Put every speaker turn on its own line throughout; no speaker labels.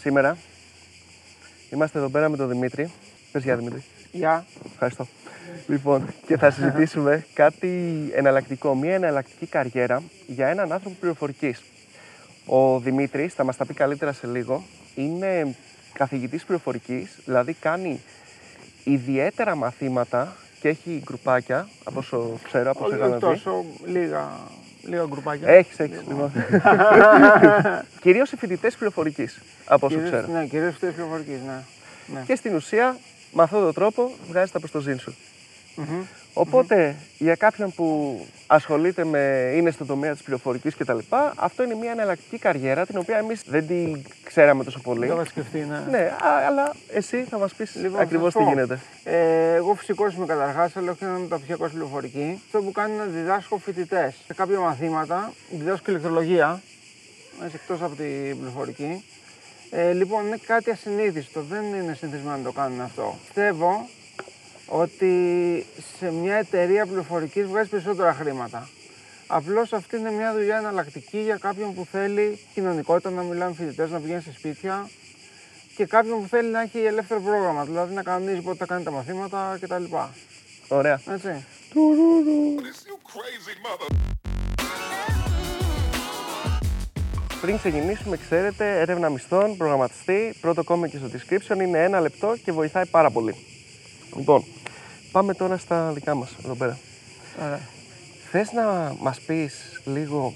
Σήμερα είμαστε εδώ πέρα με τον Δημήτρη. Πες γεια Δημήτρη.
Γεια.
Ευχαριστώ. λοιπόν, και θα συζητήσουμε κάτι εναλλακτικό, μια εναλλακτική καριέρα για έναν άνθρωπο πληροφορικής. Ο Δημήτρης, θα μας τα πει καλύτερα σε λίγο, είναι καθηγητής πληροφορικής, δηλαδή κάνει ιδιαίτερα μαθήματα και έχει γκρουπάκια, από όσο ξέρω, από όσο
Όχι
είχαμε δει.
τόσο λίγα, λίγα γκρουπάκια.
Έχεις, έχεις. Λοιπόν. Κυρίως οι φοιτητές πληροφορικής, από όσο
Κυρίως-
ξέρω.
Ναι, κυρίως τη πληροφορικής, ναι. ναι.
Ε. Και στην ουσία, με αυτόν τον τρόπο, βγάζεις τα προστοζήν σου.
Μμμ.
οποτε για κάποιον που ασχολείται με, είναι στον τομέα της πληροφορικής κτλ., αυτό είναι μια εναλλακτική καριέρα την οποία εμείς δεν την ξέραμε τόσο πολύ.
Το είχα σκεφτεί, ναι.
Ναι, α, αλλά εσύ θα μας πεις
Λοιπόν,
ακριβώς
θα
τι
πω.
γίνεται.
Ε, εγώ φυσικός είμαι καταρχάς, αλλά όχι ένα μεταπτυχιακό στη πληροφορική. Αυτό που κάνω είναι να διδάσκω φοιτητές σε κάποια μαθήματα. Διδάσκω ηλεκτρολογία, εκτός από την πληροφορική. Ε, λοιπόν, είναι κάτι ασυνήθιστο. Δεν είναι συνηθισμένο να το κάνουν αυτό. Πιστεύω ότι σε μια εταιρεία πληροφορικής βγάζει περισσότερα χρήματα. Απλώς αυτή είναι μια δουλειά εναλλακτική για κάποιον που θέλει κοινωνικότητα, να μιλάμε φοιτητές, να πηγαίνει σε σπίτια, και κάποιον που θέλει να έχει ελεύθερο πρόγραμμα, δηλαδή να κανονίζει πότε θα κάνει τα μαθήματα κτλ.
Ωραία.
Έτσι.
Πριν ξεκινήσουμε, ξέρετε, έρευνα μισθών, προγραμματιστή, πρώτο κόμμα και στο description είναι ένα λεπτό και βοηθάει πάρα πολύ. Λοιπόν, πάμε τώρα στα δικά μας εδώ πέρα.
Ωραία.
Θες να μας πεις λίγο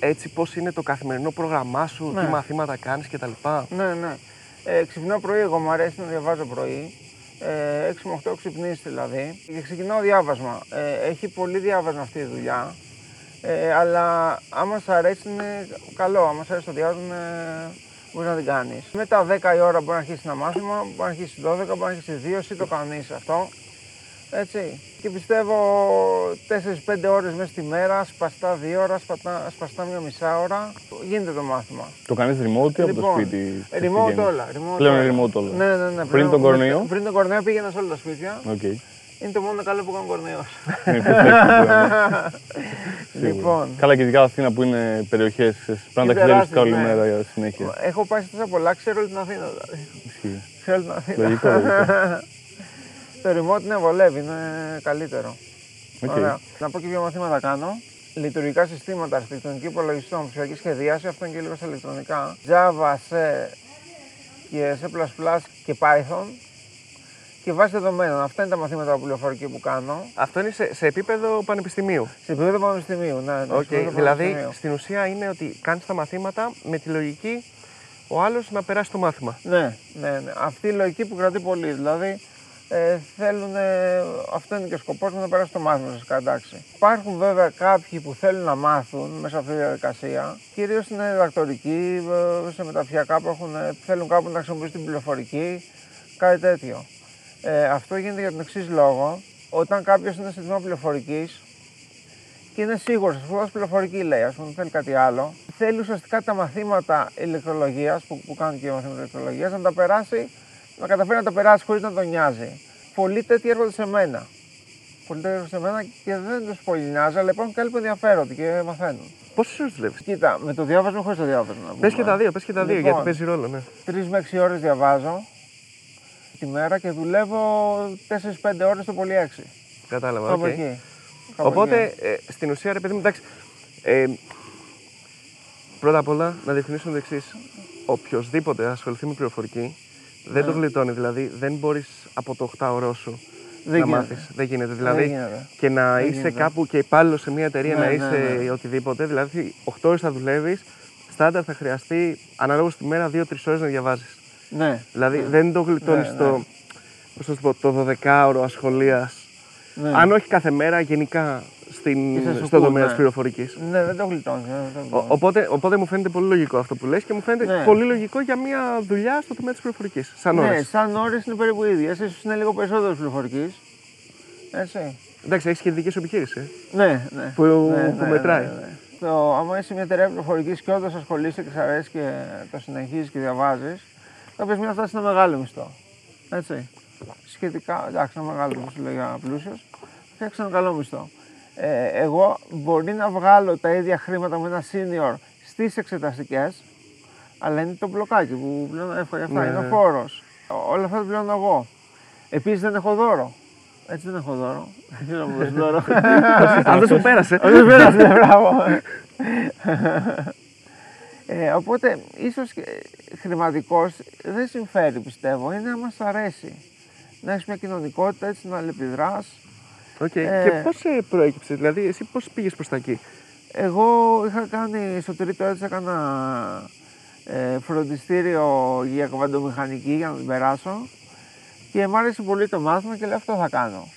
έτσι πώς είναι το καθημερινό πρόγραμμά σου, τι μαθήματα κάνεις κτλ.
Ναι, ναι. Ε, ξυπνάω πρωί, εγώ μου αρέσει να διαβάζω πρωί. Ε, 6 με 8 ξυπνήσει δηλαδή. Και ξεκινάω διάβασμα. Ε, έχει πολύ διάβασμα αυτή η δουλειά. Ε, αλλά άμα σ' αρέσει είναι καλό. Άμα σ' αρέσει το διάβασμα, ε, μπορεί να την κάνεις. Μετά 10 η ώρα μπορεί να αρχίσεις ένα μάθημα, μπορεί να αρχίσεις 12, μπορεί να αρχίσεις 2, εσύ το κάνεις αυτό. Έτσι. Και πιστεύω 4-5 ώρε μέσα στη μέρα, σπαστά 2 ώρα, σπαστά, σπαστά μια μισά ώρα. Γίνεται το μάθημα.
Το κάνεις remote ή από το
Λοιπόν,
σπίτι. στη
Remote
γέννηση?
όλα. Remote
Πλέον είναι remote όλα.
Ναι, ναι, ναι.
Πριν
πλέον-
τον κορονοϊό?
Πριν τον κορονοϊό πήγαινα σε όλα τα σπίτια.
Οκ.
Είναι το μόνο καλό που κάνει ο κορονοϊό.
Είναι πιο flexible, ναι, σίγουρα.
λοιπόν,
Καλά και ειδικά Αθήνα που είναι περιοχές. Πρέπει να
Είναι
ταξιδεύει
τεράστιες,
όλη
ναι.
μέρα για συνέχεια.
έχω πάει σε τόσα πολλά, ξέρω όλη την Αθήνα δηλαδή.
Ισχύει.
Ξέρω όλη την Αθήνα.
Λογικό. λογικό.
Το remote ναι, βολεύει, είναι καλύτερο.
Οκ.
Ωραία. Να πω και ποια μαθήματα κάνω. Λειτουργικά συστήματα, αρχιτεκτονική υπολογιστών, ψηφιακή σχεδιάση, αυτό είναι και λίγο στα ηλεκτρονικά. Java, C και C++ και Python. Και βάση δεδομένων. Αυτά είναι τα μαθήματα πληροφορική που κάνω.
Αυτό είναι σε, σε επίπεδο πανεπιστημίου.
Σε επίπεδο πανεπιστημίου, ναι. ναι, σε
Οκ,
επίπεδο
Δηλαδή
πανεπιστημίου.
στην ουσία είναι ότι κάνεις τα μαθήματα με τη λογική ο άλλος να περάσει το μάθημα.
Ναι, ναι, ναι. Αυτή η λογική που κρατεί πολύ. Δηλαδή, ε, θέλουν, ε, αυτό είναι και ο σκοπός μου να περάσει το μάθημα σε κατάξει. Υπάρχουν βέβαια κάποιοι που θέλουν να μάθουν μέσα από αυτή τη διαδικασία, κυρίως στην διδακτορική, ε, σε μεταπτυχιακά που έχουν, ε, θέλουν κάπου να χρησιμοποιήσουν την πληροφορική, κάτι τέτοιο. Ε, αυτό γίνεται για τον εξής λόγο. Όταν κάποιος είναι σε τμήμα πληροφορικής, και είναι σίγουρος, ας πούμε, πληροφορική λέει, ας πούμε, δεν θέλει κάτι άλλο. Θέλει ουσιαστικά τα μαθήματα ηλεκτρολογίας, που, που κάνουν και οι μαθήματα ηλεκτρολογίας, να τα περάσει, να καταφέρει να τα περάσει χωρίς να τον νοιάζει. Πολλοί τέτοιοι έρχονται σε μένα. Πολλοί τέτοιοι έρχονται σε μένα και δεν τους πολύ νοιάζει, αλλά υπάρχουν και άλλοι που ενδιαφέρονται και μαθαίνουν.
Πόσες ώρες δουλεύεις.
Κοίτα, με το διάβασμα χωρίς το διάβασμα.
Πες και τα δύο, πες και τα δύο
Λοιπόν.
γιατί παίζει ρόλο. Ναι.
3 με 6 ώρες διαβάζω τη μέρα και δουλεύω 4-5 ώρε το πολύ 6.
Κατάλαβα.
Κάπου
οκ.
εκεί. Κάπου εκεί. ναι.
Οπότε ε, στην ουσία ρε παιδί μου, εντάξει. Ε, πρώτα απ' όλα να διευκρινίσουμε το εξής. Οποιοδήποτε ασχοληθεί με πληροφορική δεν
Ναι.
το γλιτώνει. Δηλαδή δεν μπορείς από το 8ωρό σου
Δεν
να
γίνεται.
μάθεις. Δεν γίνεται. Δηλαδή
γίνεται.
και να είσαι κάπου και υπάλληλος σε μια εταιρεία
Ναι,
να
ναι,
είσαι
ναι.
οτιδήποτε. Δηλαδή 8 ώρες θα δουλεύεις, στάνταρ θα χρειαστεί αναλόγω τη μέρα 2-3 ώρες να διαβάζεις.
Ναι,
Δηλαδή δεν το γλιτώνεις
Ναι,
το, πώς να σου πω, το 12ωρο ασχολίας.
ναι.
Αν όχι κάθε μέρα, γενικά στην,
Είσαι στο
στον
cool,
τομέα
ναι.
της πληροφορικής.
Ναι, δεν το γλιτώνεις. Δεν το γλιτώνεις.
Οπότε, οπότε μου φαίνεται πολύ λογικό αυτό που λες και μου φαίνεται
Ναι.
πολύ λογικό για μια δουλειά στο τομέα της πληροφορικής. Σαν
ναι,
ώρες.
σαν ώρες είναι περίπου ίδιες. Εσύ είναι λίγο περισσότερο πληροφορικής. Έτσι.
Εντάξει, έχεις και δική σου επιχείρηση. ε.
Ναι, ναι.
Που-
ναι,
που μετράει.
Το, άμα είσαι μια εταιρεία πληροφορικής και όντω ασχολείσαι και σ' αρέσει και το συνεχίζεις και διαβάζεις, κάποια στιγμή θα φτάσει ένα μεγάλο μισθό. Έτσι. Σχετικά, εντάξει, ένα μεγάλο μισθό λέει για πλούσιο, θα φτιάξει ένα καλό μισθό. Ε, εγώ μπορεί να βγάλω τα ίδια χρήματα με ένα senior στις εξεταστικές, Αλλά είναι το μπλοκάκι που πλέον έφαγε αυτά.
Ναι,
Είναι ο
ναι.
φόρο. Όλα αυτά τα πλέον εγώ. Επίσης δεν έχω δώρο. Έτσι δεν έχω δώρο. Δεν ξέρω να μου δώσει δώρο.
Αυτός σου πέρασε.
Δεν πέρασε, μπράβο. Ε, οπότε, ίσως ε, χρηματικός δεν συμφέρει, πιστεύω. Είναι να μας αρέσει. Να έχεις μια κοινωνικότητα, έτσι να αλληλεπιδράς.
Οκ.
Ε.
Και πώς προέκυψε, δηλαδή, εσύ πώς πήγες προς τα εκεί.
Εγώ είχα κάνει, στο τρίτο έτσι έκανα ε, φροντιστήριο για κβαντομηχανική για να την περάσω και μου άρεσε πολύ το μάθημα και λέω αυτό θα κάνω.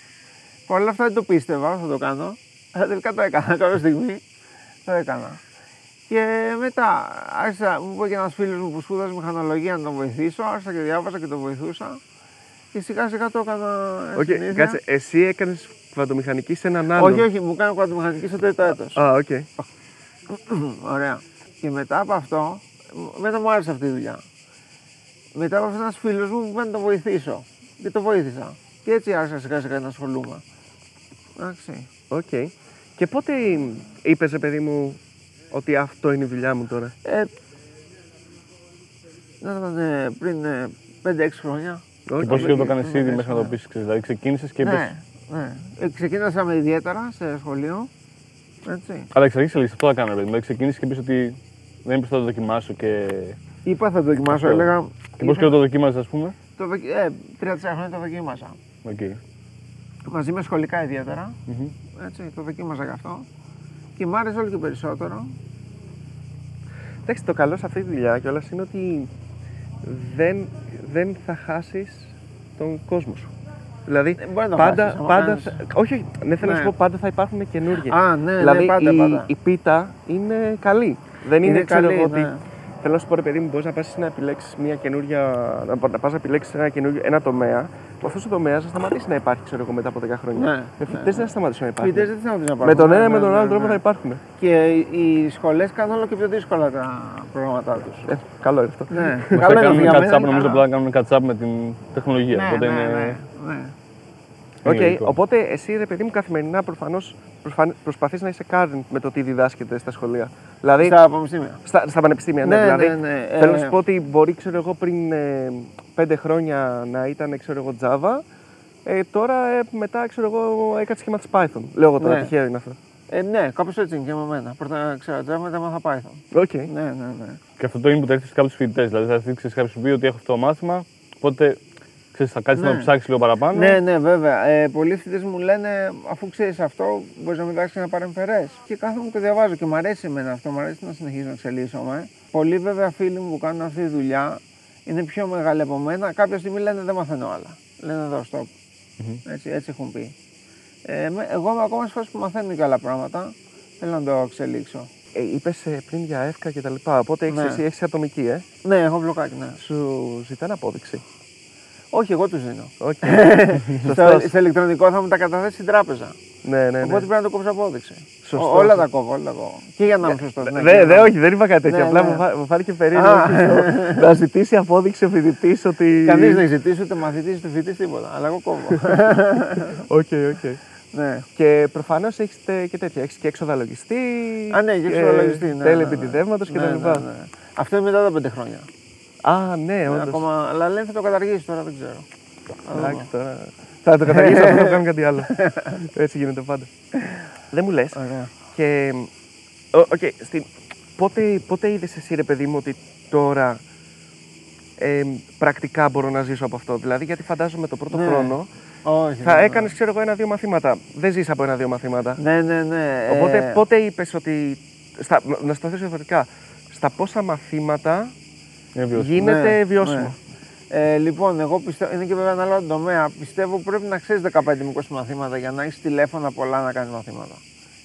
Παρ' όλα αυτά δεν το πίστευα, θα το κάνω, αλλά τελικά το έκανα κάποια στιγμή, το έκανα. Και μετά άρχισα, μου είπε και ένας φίλος μου που σπούδασε μηχανολογία να τον βοηθήσω, άρχισα και διάβαζα και τον βοηθούσα και σιγά σιγά το έκανα
Οκ,
συνήθεια.
κάτσε, εσύ έκανες βατομηχανική σε έναν άλλον.
Όχι, όχι, μου κάνω κβαντομηχανική στο τρίτο έτος.
Α, οκ.
Ωραία. Και μετά από αυτό, μετά μου άρεσε αυτή η δουλειά. Μετά από αυτό ένας φίλος μου που είπε να το βοηθήσω. Και το βοήθησα. Και έτσι άρχισα σιγά σιγά να ασχολούμαι. Εντάξει.
Οκ. Και πότε είπες, παιδί μου, ότι αυτό είναι η δουλειά μου τώρα.
Ε, να ήταν ε, πριν ε, 5-6 χρόνια.
Και
Οκ.
πώ το κάνει
Ναι,
ήδη
ναι,
μέχρι να το πεις, δηλαδή ξεκίνησες και είπε.
ναι, ναι. Ε, ξεκίνησα με ιδιαίτερα σε σχολείο. Έτσι.
Αλλά εξαργήσει λίγο, αυτό θα κάνω, ρε παιδί μου. Ξεκίνησες και πεις ότι δεν είπες θα το δοκιμάσω και.
Είπα θα το δοκιμάσω,
Αυτό.
έλεγα.
Και πώς
ήθελα-
καιρό το δοκίμαζες, ας πούμε.
το δοκι- ε, 3-4 χρόνια το δοκίμασα.
Οκ.
Μαζί με σχολικά ιδιαίτερα.
Μμμ.
Έτσι, το δοκίμαζα γι' αυτό. Και μ' άρεσε όλο και περισσότερο.
Εντάξει, το καλό σε αυτή τη δουλειά κιόλας είναι ότι δεν, δεν θα χάσεις τον κόσμο σου. Δηλαδή,
Ε, μπορεί να το
πάντα.
χάσεις, άμα
πάντα
κάνεις.
θα- όχι, όχι, ναι, θέλω να
Ναι.
σου πω, πάντα θα υπάρχουν καινούργιοι.
Α, ναι,
δηλαδή,
ναι, πάντα,
η,
πάντα.
η πίτα είναι καλή. Δεν είναι, ξέρω εγώ, ότι.
ναι.
Θέλω να σου πω, ρε παιδί μου, μπορείς να πας να επιλέξεις μια καινούργια. να, πα- να πας να επιλέξεις ένα, καινούργιο- ένα τομέα. Που αυτός ο τομέας θα σταματήσει να υπάρχει, ξέρω εγώ, μετά από 10 χρόνια.
Ναι,
Οι φοιτητές δεν θα σταματήσουν να υπάρχουν.
Φοιτητές δεν θέλω να τους
με τον
πάρουν.
ένα
Ναι,
με τον
ναι,
άλλο
ναι,
τρόπο
ναι.
θα υπάρχουν.
Και οι- οι σχολές κάνουν όλο και πιο δύσκολα τα προγράμματά τους.
Ε, καλό είναι αυτό.
Ναι,
Μας θα
είναι
κάνουν
για μένα,
κατσάπ,
είναι
νομίζω απλά
καλά.
να κάνουν κατσάπ με την τεχνολογία.
Ναι,
Οπότε
ναι,
είναι.
ναι, ναι.
Οκ,
Είναι
λοιπόν.
λογικό.
Οπότε εσύ ρε παιδί μου καθημερινά προφανώς προσπαθείς να είσαι current με το τι διδάσκεται στα σχολεία. Δηλαδή στα,
Στα πανεπιστήμια.
στα, πανεπιστήμια, ναι.
Ναι,
δηλαδή,
ναι, ναι,
Θέλω να
ε,
σου πω ότι μπορεί ξέρω εγώ, πριν ε, πέντε χρόνια να ήταν ξέρω εγώ, Java. Ε, τώρα ε, μετά ξέρω εγώ, έκατσε και μάθεις Python. Λέω εγώ τώρα
Ναι.
τυχαίο είναι αυτό.
Ε, ναι, κάπως έτσι είναι και με εμένα. Πρώτα ξέρω Java, μετά μάθα Python.
Οκ. Ε,
Ναι, ναι, ναι.
Και αυτό το input θα έρθει σε κάποιους φοιτητές. Δηλαδή θα έρθει ξέρεις, κάποιος που πει ότι έχω αυτό το μάθημα. Οπότε ξέρεις, θα κάτσεις
Ναι.
να το ψάξεις λίγο παραπάνω.
Ναι, ναι, βέβαια. Ε, πολλοί φοιτητές μου λένε, αφού ξέρεις αυτό, μπορείς να μετάξει ένα παρεμφερέ. Και κάθομαι και το διαβάζω και μου αρέσει εμένα αυτό, μου αρέσει να συνεχίζω να εξελίσσομαι. Πολλοί βέβαια φίλοι μου που κάνουν αυτή τη δουλειά είναι πιο μεγάλοι από μένα. Κάποια στιγμή λένε δεν μαθαίνω άλλα. Λένε εδώ, stop. Έτσι, έτσι έχουν πει. Ε, με- εγώ είμαι ακόμα σε φάση που μαθαίνω και άλλα πράγματα. Θέλω να το εξελίξω.
Ε, Είπες πριν για εύκα και τα λοιπά. Οπότε έχεις,
Ναι.
εσύ, έχεις ατομική, ε.
Ναι, έχω μπλοκάκι, ναι.
Σου ζητάνε απόδειξη.
Όχι, εγώ τους δίνω.
Οκ.
Στο,
Σωστός.
σε ηλεκτρονικό θα μου τα καταθέσει η τράπεζα.
ναι, ναι, ναι.
Οπότε πρέπει να το κόψω απόδειξη.
Σωστός.
Ο- όλα τα κόβω, όλα τα κόβω. Και για να είμαι σωστός.
Δε, δε, όχι, δεν είπα κάτι τέτοιο.
Ναι,
απλά
ναι.
μου φά- μου φάνηκε περίεργο
Α.
στο- να ζητήσει απόδειξη ο φοιτητής ότι.
Κανείς δεν ζητήσει ούτε μαθητής ούτε φοιτητής τίποτα. Αλλά εγώ κόβω.
Οκ, οκ.
ναι.
Και προφανώς έχει και τέτοια. Έχεις και έξοδα λογιστή.
Α, ναι, και εξολογιστή. Ναι,
Τέλη
ναι, ναι.
επιτιδεύματος
Ναι,
κτλ.
ναι, ναι. Αυτό είναι μετά τα πέντε χρόνια.
Α, ναι,
Ναι,
όντως.
ακόμα, αλλά λένε θα το καταργήσεις τώρα, δεν ξέρω.
Εντάξει τώρα. Θα το καταργήσω αυτό, θα κάνω κάτι άλλο. Έτσι γίνεται πάντα. Δεν μου λες.
Ωραία.
Και. ο- Οκ, στην... πότε, πότε είδες εσύ, ρε παιδί μου, ότι τώρα ε, πρακτικά μπορώ να ζήσω από αυτό. Δηλαδή, γιατί φαντάζομαι το πρώτο
Ναι.
χρόνο
Όχι.
Θα
ναι, ναι.
έκανες, ξέρω εγώ, ένα-δύο μαθήματα. Δεν ζεις από ένα-δύο μαθήματα.
Ναι, ναι, ναι.
Οπότε
ε,
πότε είπες ότι. Στα, να σου το θέσω διαφορετικά. Στα πόσα μαθήματα
Ναι.
Είναι βιώσιμο.
Γι- γίνεται βιώσιμο.
Ε, λοιπόν, εγώ πιστεύω, είναι και βέβαια ένα άλλο τομέα. Πιστεύω πρέπει να ξέρεις 15 με 20 μαθήματα για να έχεις τηλέφωνα πολλά να κάνεις μαθήματα.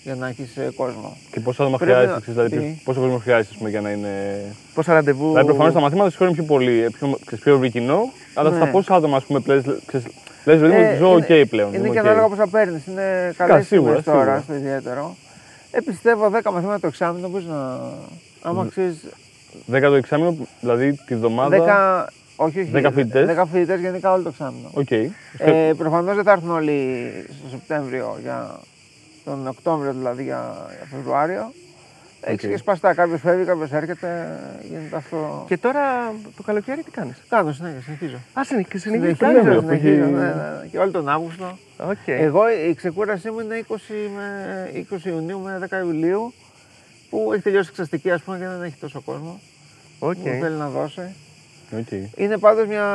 Για να έχεις κόσμο.
Και πόσο άτομα
Πρέπει να- Ναι.
χρειάζεται, ξέρεις, δηλαδή,
Τι?
ποιος- πόσο κόσμο χρειάζεται ας πούμε, για να είναι
πόσα ραντεβού.
Δηλαδή, προφανώς τα μαθήματα συγχωρούν πιο πολύ, ε, πιο, ξέρεις, πιο ευρύ κοινό, αλλά
Ναι.
στα πόσα άτομα, ας πούμε, πλέον. Λε, ρε παιδί μου,
Ε,
ζω οκ
είναι-
πλέον.
Είναι
είμαι
και
οκ.
ανάλογα πώ θα παίρνεις. Είναι καλές
σίγουρα,
στιγμές τώρα
σίγουρα.
στο ιδιαίτερο. Ε, πιστεύω 10 μαθήματα το εξάμεινο μπορείς να.
Ναι.
Άμα ξέρει.
Δέκα το εξάμεινο, δηλαδή τη βδομάδα.
10. Όχι, όχι.
10 φοιτητές.
10 φοιτητές γενικά όλο το εξάμεινο.
Οκ.
Ε, Προφανώς δεν θα έρθουν όλοι στο Σεπτέμβριο για τον Οκτώβριο δηλαδή για, για Φεβρουάριο. Έχει και σπαστά. Κάποιος φεύγει, κάποιος έρχεται. Γίνεται αυτό.
Και τώρα το καλοκαίρι τι κάνεις.
Κάτω συνέχεια, συνεχίζω.
Α, συνεχίζεις.
Συνεχίζω,
Συνεχίζεις.
που έχει-
συνεχίζω. ναι, ναι, ναι. Και όλο τον Αύγουστο.
ε? Οκ.
Εγώ η ξεκούρασή μου είναι 20, με, 20 Ιουνίου με 10 Ιουλίου που έχει τελειώσει η εξαστική ας πούμε και δεν έχει τόσο κόσμο
οκ.
που θέλει να δώσει.
Okay.
Είναι πάντως μια,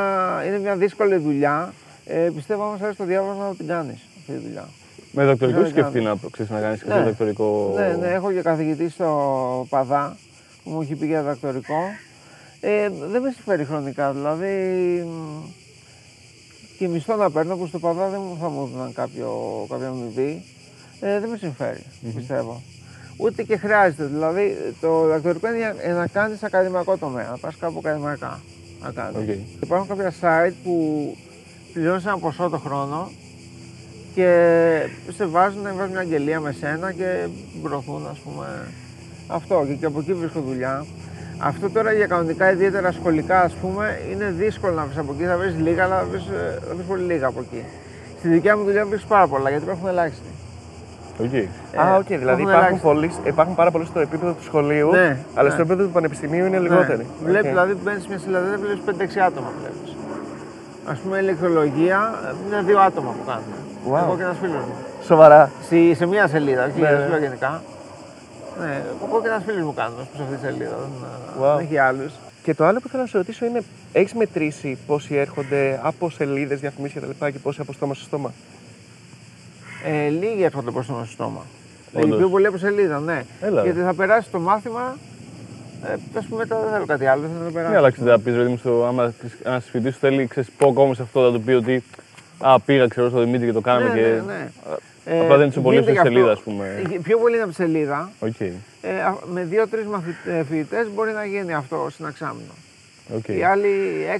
είναι μια δύσκολη δουλειά. Ε, πιστεύω όμως αρέσει το διάβολο να την κάνεις αυτή τη δουλειά.
Με δακτορικό
Ναι,
σκεφτεί να ξέρεις να κάνεις και
Ναι.
το δακτορικό.
Ναι, ναι, έχω και καθηγητή στο Παδά που μου έχει πει για δακτορικό. Ε, δεν με συμφέρει χρονικά, δηλαδή. μ, Και μισθό να παίρνω που στο Παδά δεν μου θα μου έδιναν κάποιο, κάποια αμοιβή. Ε, δεν με συμφερει πιστεύω. Ούτε και χρειάζεται. Δηλαδή, το δακτορικό είναι για ε, να κάνεις ακαδημαϊκό τομέα. Να πας κάπου ακαδημαϊκά να κάνεις.
Οκ.
Υπάρχουν κάποια site που πληρώνεις ένα ποσό το χρόνο και σε βάζουν, βάζουν μια αγγελία με σένα και προωθούν, ας πούμε, αυτό. Και, και από εκεί βρίσκω δουλειά. Αυτό τώρα για κανονικά ιδιαίτερα σχολικά, ας πούμε, είναι δύσκολο να βρεις από εκεί. Θα βρεις λίγα, αλλά θα βρεις, ε, θα βρεις πολύ λίγα από εκεί. Στη δικιά μου δουλειά βρεις πάρα πολλά, γιατί υπάρχουν ελάχιστοι.
Οκ.
Α,
Ε,
οκ, δηλαδή
έχουν
υπάρχουν,
αλλάξει.
πολλοί, υπάρχουν πάρα πολλοί στο επίπεδο του σχολείου,
Ναι,
αλλά
ναι.
στο επίπεδο του πανεπιστημίου είναι λιγότεροι.
Ναι.
Οκ.
Βλέπει, δηλαδή, μπαίνεις μια συλλαδία, βλέπει 5-6 άτομα. Ας πούμε, ηλεκτρολογία ε, είναι δύο άτομα που κάνουν.
Wow.
Εγώ και ένας φίλος μου.
Σοβαρά.
Στη, σε μία σελίδα, όχι
Ναι,
ναι.
ναι.
λέω γενικά. Ναι, εγώ και ένας φίλος μου κάνω σε αυτή τη σελίδα. δεν-
Wow.
Δεν έχει άλλους.
Και το άλλο που θέλω να σε ρωτήσω είναι, έχεις μετρήσει πόσοι έρχονται από σελίδες, διαφημίσεις κτλ. Και, και πόσοι από στόμα σε στόμα.
Ε, λίγοι έρχονται προς το στόμα.
Όντως.
Λειτουργούν πολύ από σελίδα, ναι.
Έλα, ρε.
Γιατί θα περάσει το μάθημα. Ε, α πούμε, μετά δεν θέλω κάτι άλλο, θέλω να περάσει.
Ναι, αλλά ξέρετε, να πεις, ρε παιδί μου, στο, άμα ένα φοιτητής σου θέλει, ξέρεις, πω ακόμα σε αυτό, θα του πει ότι Α, πήγα, ξέρω, στο Δημήτρη και το κάναμε
ναι,
και.
ναι, ναι. Ε,
απλά δεν τους
γίνεται
απολύσουν
και αυτό.
σελίδα, ας πούμε.
Ε, Πιο πολύ είναι από τη σελίδα.
Οκ.
Ε, α- με δύο-τρει φοιτητές μπορεί να γίνει αυτό στην εξάμεινο.
Οκ.
Οι άλλοι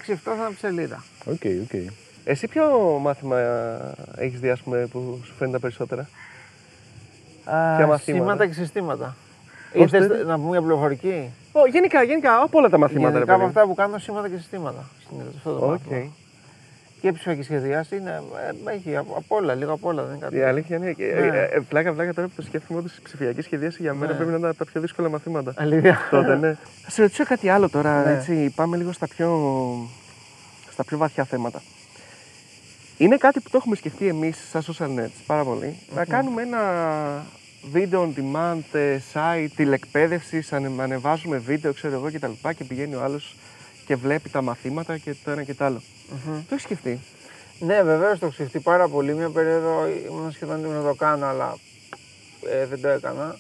6-7 θα είναι από τη σελίδα.
Οκ, οκ.
Εσύ ποιο μάθημα έχεις δει, ας πούμε, που σου φαίνεται τα περισσότερα. Ποια μαθήματα?
Σήματα και συστήματα.
Πώς
Είτε,
το-
να πούμε για πληροφορική.
Ω, γενικά, γενικά, από όλα τα μαθήματα.
Γενικά
ρε
από
παιδί.
αυτά που κάνω σήματα και συστήματα. Στην αυτό το
Οκ.
μάθημα. Και ψηφιακή σχεδιάση είναι. ε, έχει από, από όλα, λίγο από όλα. Δεν είναι κάτι.
Η αλήθεια είναι. και-
Ναι.
ε, ε, Πλάκα, πλάκα τώρα που το σκέφτομαι, όντω η ψηφιακή σχεδίαση για μένα πρέπει να είναι από τα πιο δύσκολα μαθήματα.
Αλήθεια.
τότε, ναι. Θα σε ρωτήσω κάτι άλλο τώρα, έτσι, πάμε λίγο στα πιο, στα πιο βαθιά θέματα. Είναι κάτι που το έχουμε σκεφτεί εμείς σαν social nets πάρα πολύ, να κάνουμε ένα video on demand ε, site τηλεκπαίδευσης, ανε- ανεβάζουμε βίντεο, ξέρω εγώ κτλ. και πηγαίνει ο άλλος και βλέπει τα μαθήματα και το ένα και το άλλο. Το έχεις σκεφτεί.
Ναι, βεβαίως το ξεφτεί πάρα πολύ. Μια περίοδο ήμουν σχεδόν έτοιμος να το κάνω, αλλά ε, δεν το έκανα.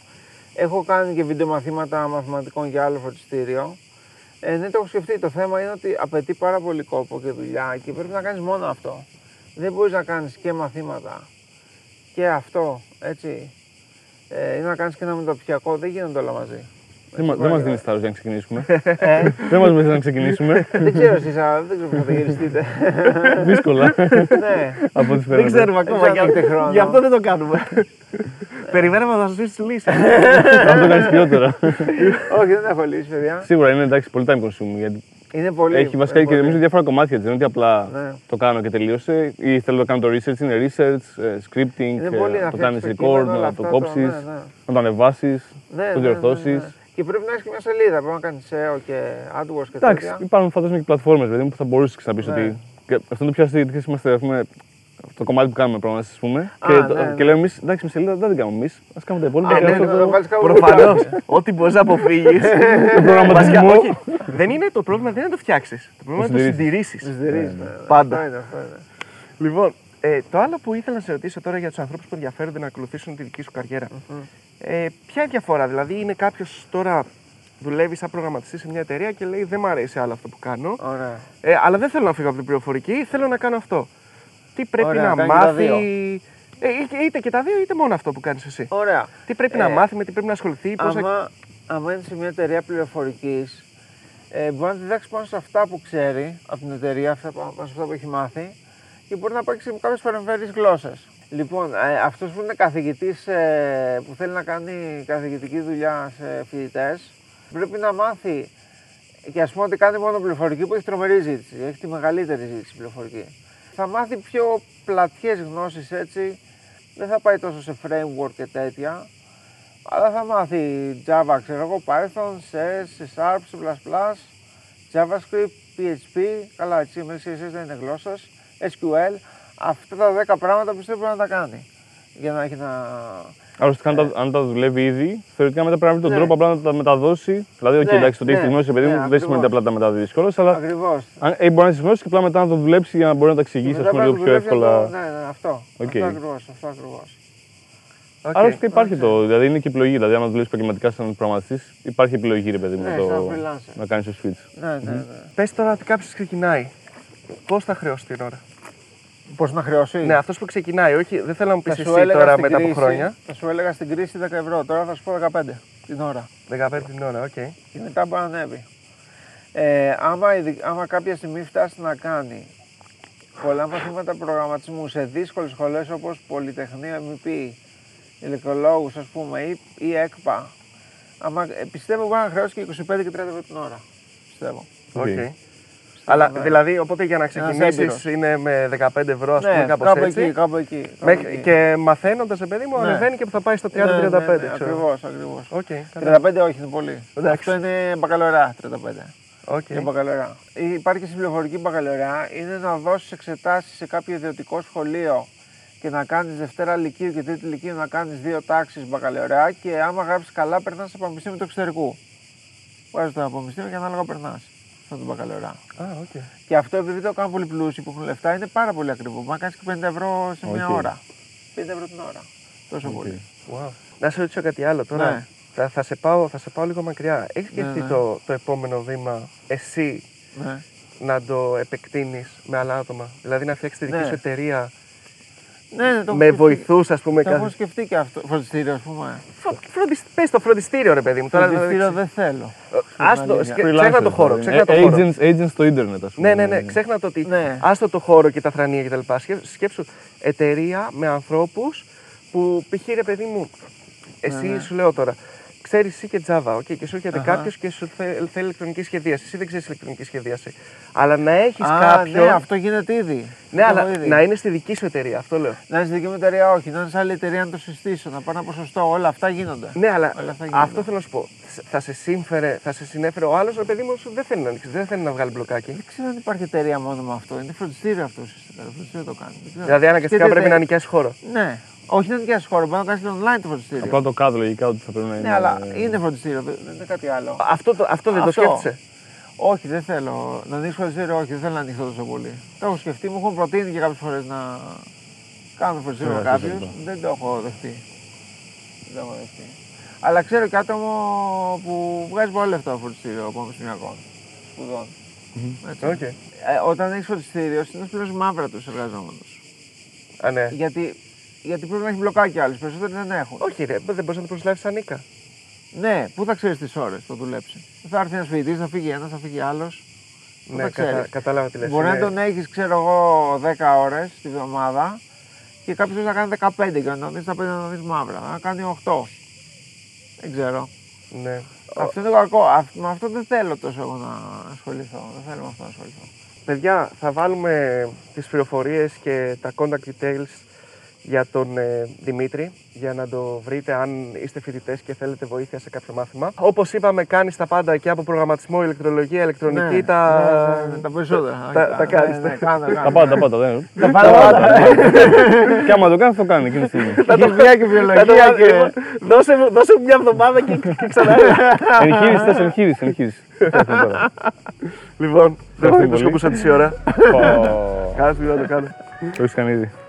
Έχω κάνει και βιντεομαθήματα μαθηματικών για άλλο φωτιστήριο. Ε, ναι, το έχω σκεφτεί. Το θέμα είναι ότι απαιτεί πάρα πολύ κόπο και δουλειά και πρέπει να κάνεις μόνο αυτό. Δεν μπορείς να κάνεις και μαθήματα και αυτό, έτσι. Ε, είναι να κάνεις και ένα μεταπτυχιακό, δεν γίνονται όλα μαζί.
Δεν μα- Δεν μας δίνει θάρρο για να ξεκινήσουμε. Δεν μας δίνεις να ξεκινήσουμε.
δεν ξέρω εσείς, αλλά δεν ξέρω πώς θα το γυριστείτε.
Δύσκολα.
ναι,
Από ό,τι φαίνεται.
ακόμα, γι' αυτό- γι' αυτό
δεν το κάνουμε. Περιμέναμε να σας δεις τη λύση.
Αυτό κάνεις χειρότερα.
όχι, δεν έχω λύσει, παιδιά.
Σίγουρα είναι εντάξει, πολύ time consuming. Γιατί
Είναι πολύ.
έχει βασικά και
πολύ.
νομίζω διάφορα κομμάτια τη. Δεν είναι ότι απλά
Ναι.
το κάνω και τελείωσε. Ή θέλω να κάνω το research. Είναι research, ε, scripting,
Είναι πολύ
ε,
να
το κάνει
φτιάξεις το
record,
κείμενο, όλα
να
αυτά,
το
ναι,
κόψει,
το- ναι, ναι.
να το ανεβάσεις, να το διορθώσει.
Και πρέπει να έχεις και μια σελίδα. Πρέπει να κάνεις SEO και AdWords και
Εντάξει,
τέτοια.
υπάρχουν φαντάζομαι και πλατφόρμες δηλαδή, που θα μπορούσες να
Ναι.
πει ότι. και Αυτό είναι το πιο αστείο γιατί ξέρεις, είμαστε ας πούμε, το κομμάτι που κάνουμε πρόγραμμα, ας πούμε.
Α,
και, το-
ναι, ναι.
και λέμε εμείς, εντάξει, με σελίδα δεν την κάνουμε εμείς. Ας κάνουμε τα υπόλοιπα.
Α,
και
ναι,
αυτό
ναι,
το-
να βάλεις κάπου
Προφανώ.
κοντά.
Ό,τι μπορείς να αποφύγεις.
ναι,
προγραμματισμό.
Δεν είναι το πρόβλημα, δεν είναι να το φτιάξεις. Το πρόβλημα είναι να το
Τις
συντηρήσει.
δειρίζεις, ναι, ναι.
Πάντα.
Αυτό είναι, αυτό είναι.
Λοιπόν, ε, το άλλο που ήθελα να σε ρωτήσω τώρα για τους ανθρώπους που ενδιαφέρονται να ακολουθήσουν τη δική σου καριέρα. Ε, ποια είναι η διαφορά, δηλαδή είναι κάποιος τώρα δουλεύει σαν προγραμματιστής σε μια εταιρεία και λέει Δεν μ' αρέσει άλλο αυτό που κάνω,
Ωραία.
ε, αλλά δεν θέλω να φύγω από την πληροφορική, θέλω να κάνω αυτό. Τι πρέπει
Ωραία,
να
κάνει και τα
μάθει.
δύο.
Ε, είτε- είτε και τα δύο, είτε μόνο αυτό που κάνεις εσύ.
Ωραία.
Τι πρέπει
Ε,
να μάθει, με τι πρέπει να ασχοληθεί, πώς θα-
Άμα, άμα είναι σε μια εταιρεία πληροφορικής, ε, μπορεί να διδάξεις πάνω σε αυτά που ξέρει από την εταιρεία, αυτά, πάνω σε αυτά που έχει μάθει και μπορεί να πάει και σε κάποιες παρεμφερείς γλώσσες. Λοιπόν, ε, αυτός που είναι καθηγητής που θέλει να κάνει καθηγητική δουλειά σε φοιτητές, πρέπει να μάθει και ας πούμε ότι κάνει μόνο πληροφορική που έχει τρομερή ζήτηση. Έχει τη μεγαλύτερη ζήτηση πληροφορική. Θα μάθει πιο πλατιές γνώσεις έτσι. Δεν θα πάει τόσο σε framework και τέτοια. Αλλά θα μάθει Java, ξέρω εγώ, Python, C, C Sharp, C++, JavaScript, PHP, καλά, έτσι, μέσα σε εσείς δεν είναι γλώσσες, SQL. Αυτά τα 10 πράγματα πιστεύω να τα κάνει για να έχει να...
Άλλωστε, αν, τα, αν τα δουλεύει ήδη, θεωρητικά μετά πρέπει να βρει τον
Ναι.
τρόπο απλά να τα μεταδώσει. Δηλαδή, okay,
Ναι,
εντάξει, το ότι έχει
ναι.
της γνώσης,
Ναι,
παιδί μου, δεν
ακριβώς.
σημαίνει ότι απλά τα μεταδίδει κιόλα, αλλά
Ακριβώς.
αν, ε, μπορεί να έχει γνώσης και απλά μετά να το δουλέψει για να μπορεί να τα εξηγήσει, ας
Μετά
πούμε,
πρέπει να
λίγο πιο
δουλεύει
εύκολα.
αυτό. Ναι, ναι, αυτό.
Οκ.
Αυτό ακριβώς, αυτό ακριβώς. Ναι,
Άλλωστε, υπάρχει το. Δηλαδή, είναι και επιλογή. Δηλαδή, άμα δουλεύεις επαγγελματικά σαν προγραμματιστής, υπάρχει επιλογή, ρε παιδί μου,
Ναι,
το,
σαν freelancer.
να κάνεις το switch.
Ναι, ναι, ναι.
Πες τώρα ότι κάποιος ξεκινάει. Πώς θα χρεώσει την ώρα.
Πώς να χρεώσει.
Ναι, αυτός που ξεκινάει, όχι, δεν θέλω να μου πεις
Mm. Θα
εσύ
σου έλεγα
τώρα
στην
μετά από
κρίση-
χρόνια.
Θα σου έλεγα στην κρίση 10 ευρώ, τώρα θα σου πω 15 την ώρα.
15 την ώρα, οκ.
Και μετά μπορεί να ανέβει. Ε, άμα, ειδι- άμα κάποια στιγμή φτάσει να κάνει πολλά μαθήματα προγραμματισμού σε δύσκολες σχολές όπως Πολυτεχνείο, MP, ηλεκτρολόγους ας πούμε ή, ή ΕΚΠΑ, άμα, ε, πιστεύω μπορεί να χρεώσει και 25 και 30 ευρώ την ώρα. Πιστεύω.
οκ.
Οκ.
Αλλά δηλαδή, οπότε για να
έμπειρος.
ξεκινήσει είναι με 15 ευρώ, ας πούμε,
ναι,
κάπως
κάπου
έτσι.
εκεί, κάπου εκεί. Κάπου
Μέχρι,
εκεί.
και μαθαίνοντας, παιδί μου,
Ναι.
ανεβαίνει και που θα πάει στο 30-35.
Ναι, ναι, ναι, ναι,
ξέρω.
Ακριβώς, ακριβώς.
Οκ, καλά.
35 όχι, είναι πολύ.
Εντάξει.
Αυτό είναι μπακαλωρά, 35.
Οκ.
Είναι μπακαλωρά. Υπάρχει και στην πληροφορική μπακαλωρά, είναι να δώσεις εξετάσεις σε κάποιο ιδιωτικό σχολείο και να κάνεις Δευτέρα Λυκείου και Τρίτη Λυκείου να κάνεις δύο τάξεις μπακαλωρά και άμα γράψεις καλά, περνάς σε πανεπιστήμιο του εξωτερικού. Βάζεις το πανεπιστήμιο και ανάλογα περνάς. Αυτό το μπακαλωρά.
Α, οκ.
Και αυτό επειδή το κάνουν πολύ πλούσιοι που έχουν λεφτά είναι πάρα πολύ ακριβό. Μα κάνεις και 50 ευρώ σε μια
Οκ.
ώρα. 50 ευρώ την ώρα. Τόσο πολύ.
Wow. Να σε ρωτήσω κάτι άλλο τώρα.
Ναι.
Θα, θα, σε πάω, θα σε πάω λίγο μακριά. Έχεις σκεφτεί
ναι.
το, το επόμενο βήμα εσύ
Ναι.
να το επεκτείνεις με άλλα άτομα. Δηλαδή να φτιάξεις τη δική
Ναι.
σου εταιρεία
Ναι, ναι, το έχω
με
σκεφτεί.
βοηθούς, ας πούμε.
Το έχω σκεφτεί και αυτό. Φροντιστήριο, ας πούμε.
Πες το φροντιστήριο, ρε παιδί μου. Τώρα, δηλαδή,
Φροντιστήριο δεν θέλω.
Άστο,
Αλήθεια.
σκε- ξέχνα το χώρο. Ξέχνα το χώρο.
δηλαδή. Ε, Agents, agents στο ίντερνετ, ας πούμε.
Ναι, ναι, ναι. Ξέχνα το ότι.
δηλαδή. Ε, Ναι.
Άστο το χώρο και τα θρανία κτλ. Σκέψου, σκέψου εταιρεία με ανθρώπους που π.χ. ρε παιδί μου,
Ναι,
εσύ σου λέω τώρα. Ξέρεις εσύ και Java, okay, και σου έρχεται κάποιος και σου θε- θέλει ηλεκτρονική σχεδίαση. Εσύ δεν ξέρεις ηλεκτρονική σχεδίαση. Αλλά να έχεις
Α,
κάποιον.
ναι, αυτό γίνεται ήδη.
Ναι,
Το
αλλά
έχω ήδη.
να είναι στη δική σου εταιρεία, αυτό λέω.
Να είναι στη δική μου εταιρεία, όχι. Να είναι σε άλλη εταιρεία να το συστήσω, να πάω ένα ποσοστό. Όλα αυτά γίνονται.
Ναι, αλλά
Όλα αυτά γίνονται.
αυτό θέλω να σου πω. Θα σε, σύμφερε, θα σε συνέφερε ο άλλος, ρε παιδί μου, σου δεν θέλει να ανοίξει, δεν θέλει να βγάλει μπλοκάκι.
Δεν ξέρω αν υπάρχει εταιρεία μόνο με αυτό. Είναι φροντιστήριο αυτό ουσιαστικά. Το φροντιστήριο το κάνει. Δεν ξέρω.
Δηλαδή, αναγκαστικά
Σκέφτεται-
πρέπει να νοικιάσεις χώρο.
Ναι. Όχι, δεν είναι δικιά σου χώρο. Μπορεί να κάνεις online το φροντιστήριο.
Απλά το κάτω λογικά ότι θα πρέπει να είναι.
Ναι, αλλά είναι φροντιστήριο, δεν δεν είναι κάτι άλλο.
Αυτό, το, αυτό δεν
Αυτό.
το σκέφτεσαι.
Όχι, δεν θέλω. Να ανοίξω φροντιστήριο, όχι, δεν θέλω να ανοιχτώ τόσο πολύ. Το έχω σκεφτεί, μου έχουν προτείνει και κάποιες φορές να κάνω φροντιστήριο
Ναι,
με
αυτό
κάποιου.
ζητώ.
Δεν το έχω δεχτεί. Δεν το έχω δεχτεί. Αλλά ξέρω και άτομο που βγάζει πολλά λεφτά από φροντιστήριο πανεπιστημιακών σπουδών. Έτσι.
Οκ.
Ε, όταν έχεις φροντιστήριο, συνήθως πλέον μαύρα τους εργαζόμενους.
Α, ναι.
Γιατί, γιατί πρέπει να έχει μπλοκάκι άλλου. Περισσότεροι δεν έχουν.
Όχι, ρε, δεν μπορείς να το προσλάβεις σαν νίκα.
Ναι, πού θα ξέρεις τις ώρες που θα δουλέψει. Θα έρθει ένας φοιτητής, θα φύγει ένας, θα φύγει άλλος.
Ναι,
τα
κατα-
ξέρεις.
κατάλαβα τι Ναι. λες.
Μπορεί να τον έχεις, ξέρω εγώ, 10 ώρες τη βδομάδα και κάποιος να κάνει 15 και να τον δεις τα 5 να τον δεις μαύρα. Να κάνει 8. Δεν ξέρω.
Ναι.
Αυτό είναι το κακό. Αυτ- με αυτό δεν θέλω τόσο εγώ να ασχοληθώ. Δεν θέλω με αυτό να ασχοληθώ.
Παιδιά, θα βάλουμε τις πληροφορίες και τα contact details για τον ε, Δημήτρη για να το βρείτε αν είστε φοιτητές και θέλετε βοήθεια σε κάποιο μάθημα. Όπως είπαμε, κάνει τα πάντα και από προγραμματισμό, ηλεκτρολογία, ηλεκτρονική.
Ναι,
τα...
ναι, ναι, ναι, τα περισσότερα.
τα- τα
Ναι,
κάνεις,
ναι,
τα-
κάνω,
Τα
κάνω.
πάντα, τα πάντα. δεν-
Τα πάντα.
Και άμα το κάνεις, θα το κάνει εκείνη τη στιγμή.
Χημεία και
τα- τα-
βιολογία και.
λοιπόν, δώσε, μου- δώσε μου μια εβδομάδα και, και ξανά.
Εγχείρηση, θε εγχείρηση, εγχείρηση. Θα έρθουμε τώρα.
λοιπόν, δεν
πολύ.
θα το σκοπούσα τη ώρα.
Πω,
Κάθε να το κάνω.
Το έχεις κάνει ήδη.